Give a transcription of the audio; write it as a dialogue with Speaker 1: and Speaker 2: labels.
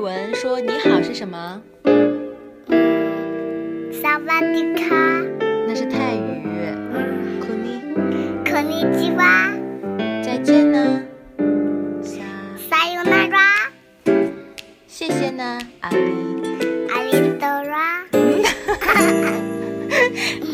Speaker 1: 文说你好是什么？
Speaker 2: 萨瓦迪卡，
Speaker 1: 那是泰语。库尼，
Speaker 2: こんにちは，
Speaker 1: 再见呢？撒
Speaker 2: さよなら，
Speaker 1: 谢谢呢？阿里。
Speaker 2: ありがとう啦。
Speaker 1: 啊